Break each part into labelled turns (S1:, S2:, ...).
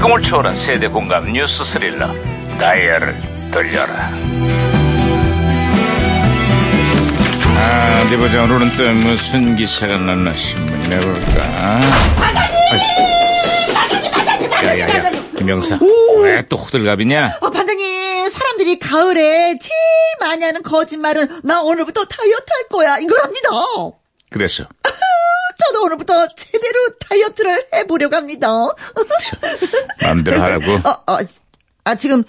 S1: 폭풍을 초월한 세대 공감 뉴스 스릴러 다이얼을 돌려라 아, 어디 보자 오늘은 또 무슨 기사가 났나 신문이나 볼까 반장님! 야야야 김영사 왜 또 호들갑이냐
S2: 어, 반장님, 사람들이 가을에 제일 많이 하는 거짓말은 나 오늘부터 다이어트 할 거야. 이거랍니다.
S1: 그래서
S2: 저도 오늘부터 제대로 다이어트를 해보려고 합니다.
S1: 마음대로 하라고
S2: 어, 어, 아, 지금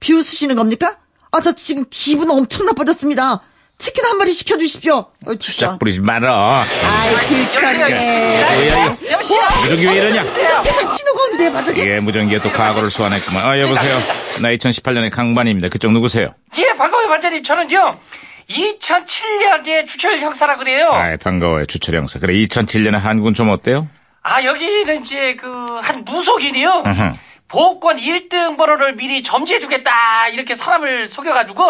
S2: 비웃으시는 겁니까? 아, 저 지금 기분 엄청 나빠졌습니다. 치킨 한 마리 시켜주십시오. 어, 진짜.
S1: 쫙 부리지 마라
S2: 아이, 불편해.
S1: 무전기 왜 이러냐
S2: 계속 신호가 오는데, 반장님.
S1: 예 무전기에 또 과거를 소환했구만 아 여보세요 나 2018년의 강반입니다 그쪽 누구세요
S3: 예, 반가워요, 반장님. 저는요, 2007년에 주철 형사라 그래요.
S1: 아 반가워요 주철 형사 그래 2007년에 한국은 좀 어때요
S3: 아, 여기는 이제 그, 한 무속인이요.
S1: 으흠.
S3: 보호권 1등 번호를 미리 점지해주겠다. 이렇게 사람을 속여가지고,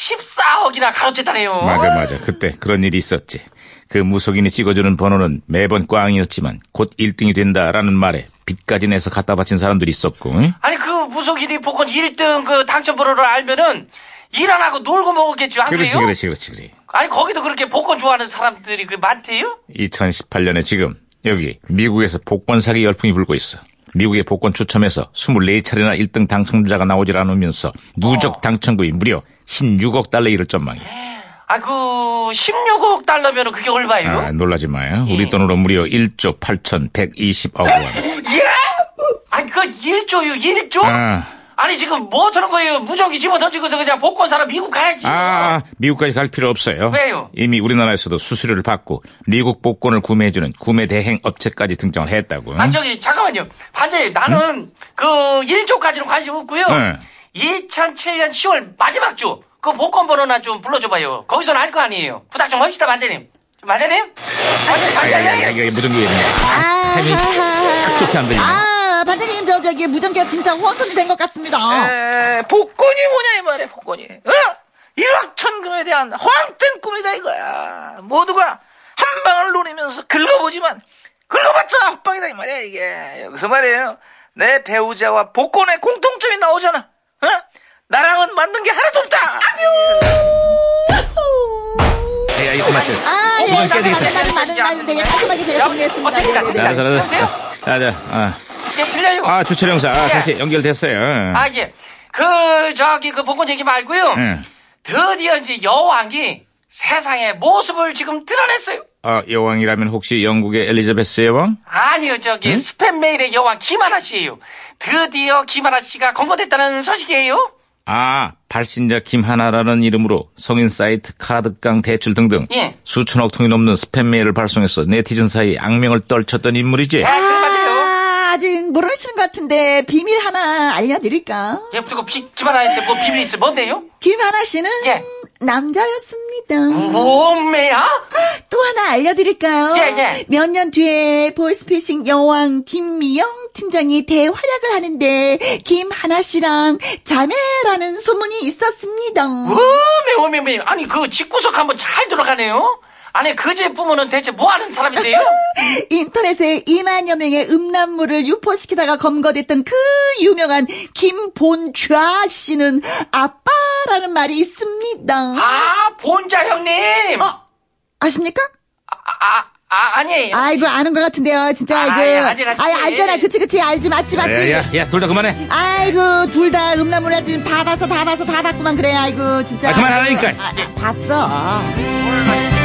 S3: 14억이나 가로챘다네요.
S1: 맞아 맞아 그때 그런 일이 있었지 그 무속인이 찍어주는 번호는 매번 꽝이었지만 곧 1등이 된다라는 말에 빚까지 내서 갖다 바친 사람들이 있었고 응?
S3: 아니, 그 무속인이 보권 1등 그 당첨 번호를 알면은, 일 안 하고 놀고 먹었겠죠, 안
S1: 그렇지
S3: 아, 그래요?
S1: 그렇지 그렇지 그래
S3: 아니, 거기도 그렇게 복권 좋아하는 사람들이 그 많대요?
S1: 2018년에 지금 여기 미국에서 복권 사기 열풍이 불고 있어. 미국의 복권 추첨에서 24차례나 1등 당첨자가 나오질 않으면서
S3: 어.
S1: 누적 당첨금이 무려 16억 달러에 이를 전망이야.
S3: 아, 그, 16억 달러면은 그게 얼마예요?
S1: 아, 놀라지 마요. 우리 돈으로 무려 1조 8,120억 원.
S3: 예? 아니 그건 1조요 1조?
S1: 아.
S3: 아니 지금 뭐 저런 거예요 무전기 집어던지고서 그냥 복권 사러 미국 가야지
S1: 아, 미국까지 갈 필요 없어요.
S3: 왜요?
S1: 이미 우리나라에서도 수수료를 받고 미국 복권을 구매해주는 구매 대행 업체까지 등장을 했다고.
S3: 아 저기 잠깐만요 반장님 나는 그 1조까지는 관심 없고요
S1: 음? 네.
S3: 2007년 10월 마지막 주 그 복권 번호나 좀 불러줘봐요 거기서는 알 거 아니에요 부탁 좀 합시다 반장님 좀 반장님? 반장님 반장님
S1: 아, 야야야, 무전기 왜 이러냐.
S2: 아,
S1: 타이밍 좋게 안 되네.
S2: 아, 반장님, 저, 저기, 무전기가 진짜 혼선이 된 것
S4: 아,
S2: 같습니다.
S4: 에, 예, 복권이 뭐냐 이 말이야 복권이 어? 일확천금에 대한 허황된 꿈이다 이거야 모두가 한 방을 노리면서 긁어보지만 긁어봤자 헛방이다 이 말이야 이게 여기서 말이에요 내 배우자와 복권의 공통점이 나오잖아 어? 나랑은 맞는 게 하나도 없다
S1: 야, 이거
S3: 어,
S1: 맞대.
S2: 아, 예,
S1: 무전기
S2: 많은,
S1: 깨지겠어.
S2: 많은, 많은, 많은, 많은데, 예, 깔끔하게 제가 정리했습니다.
S3: 어떻게
S2: 네, 네, 네.
S1: 알았어, 알았어.
S3: 아, 여보세요?
S1: 자자, 아.
S3: 예 들려요
S1: 아, 주철 형사, 아,
S3: 예.
S1: 다시 연결됐어요.
S3: 아, 예. 그, 저기, 그 복권 얘기 말고요.
S1: 예.
S3: 드디어 이제 여왕이 세상의 모습을 지금 드러냈어요.
S1: 아, 여왕이라면 혹시 영국의 엘리자베스 여왕?
S3: 아니요, 저기, 스팸 메일의 여왕 김하나 씨예요. 드디어 김하나 씨가 검거됐다는 소식이에요.
S1: 아, 발신자 김하나라는 이름으로 성인 사이트 카드깡 대출 등등
S3: 예.
S1: 수천억 통이 넘는 스팸 메일을 발송해서 네티즌 사이 악명을 떨쳤던 인물이지.
S3: 아, 그 맞아요.
S2: 아, 아직 모르시는 것 같은데, 비밀 하나 알려드릴까?
S3: 예, 그리고 비, 김하나 씨한테 뭐 비밀이 있어? 뭔데요?
S2: 김하나 씨는
S3: 예.
S2: 남자였습니다.
S3: 몸매야?
S2: 또 하나 알려드릴까요?
S3: 예, 예.
S2: 몇 년 뒤에 보이스피싱 여왕 김미영 팀장이 대활약을 하는데 김하나 씨랑 자매라는 소문이 있었습니다.
S3: 오메, 오메, 오메. 아니, 그 집구석 한번 잘 들어가네요. 아니, 그 제품은 대체 뭐 하는 사람인데요?
S2: 인터넷에 2만여 명의 음란물을 유포시키다가 검거됐던 그 유명한 김본좌 씨는 아빠라는 말이 있습니다.
S3: 아, 본자 형님!
S2: 어, 아십니까?
S3: 아, 아, 아, 아니에요.
S2: 아이고 아는 것 같은데요. 진짜
S3: 아,
S2: 이거.
S3: 예, 알지, 알지.
S2: 아, 알잖아. 그치 그치 알지 맞지 맞지.
S1: 야, 야, 야, 둘 다 그만해.
S2: 아이고 둘 다 음란물 아주 지금 다 봤어 다 봤어 다 봤구만 그래 아이고 진짜
S1: 아, 그만하라니까.
S2: 아, 아, 봤어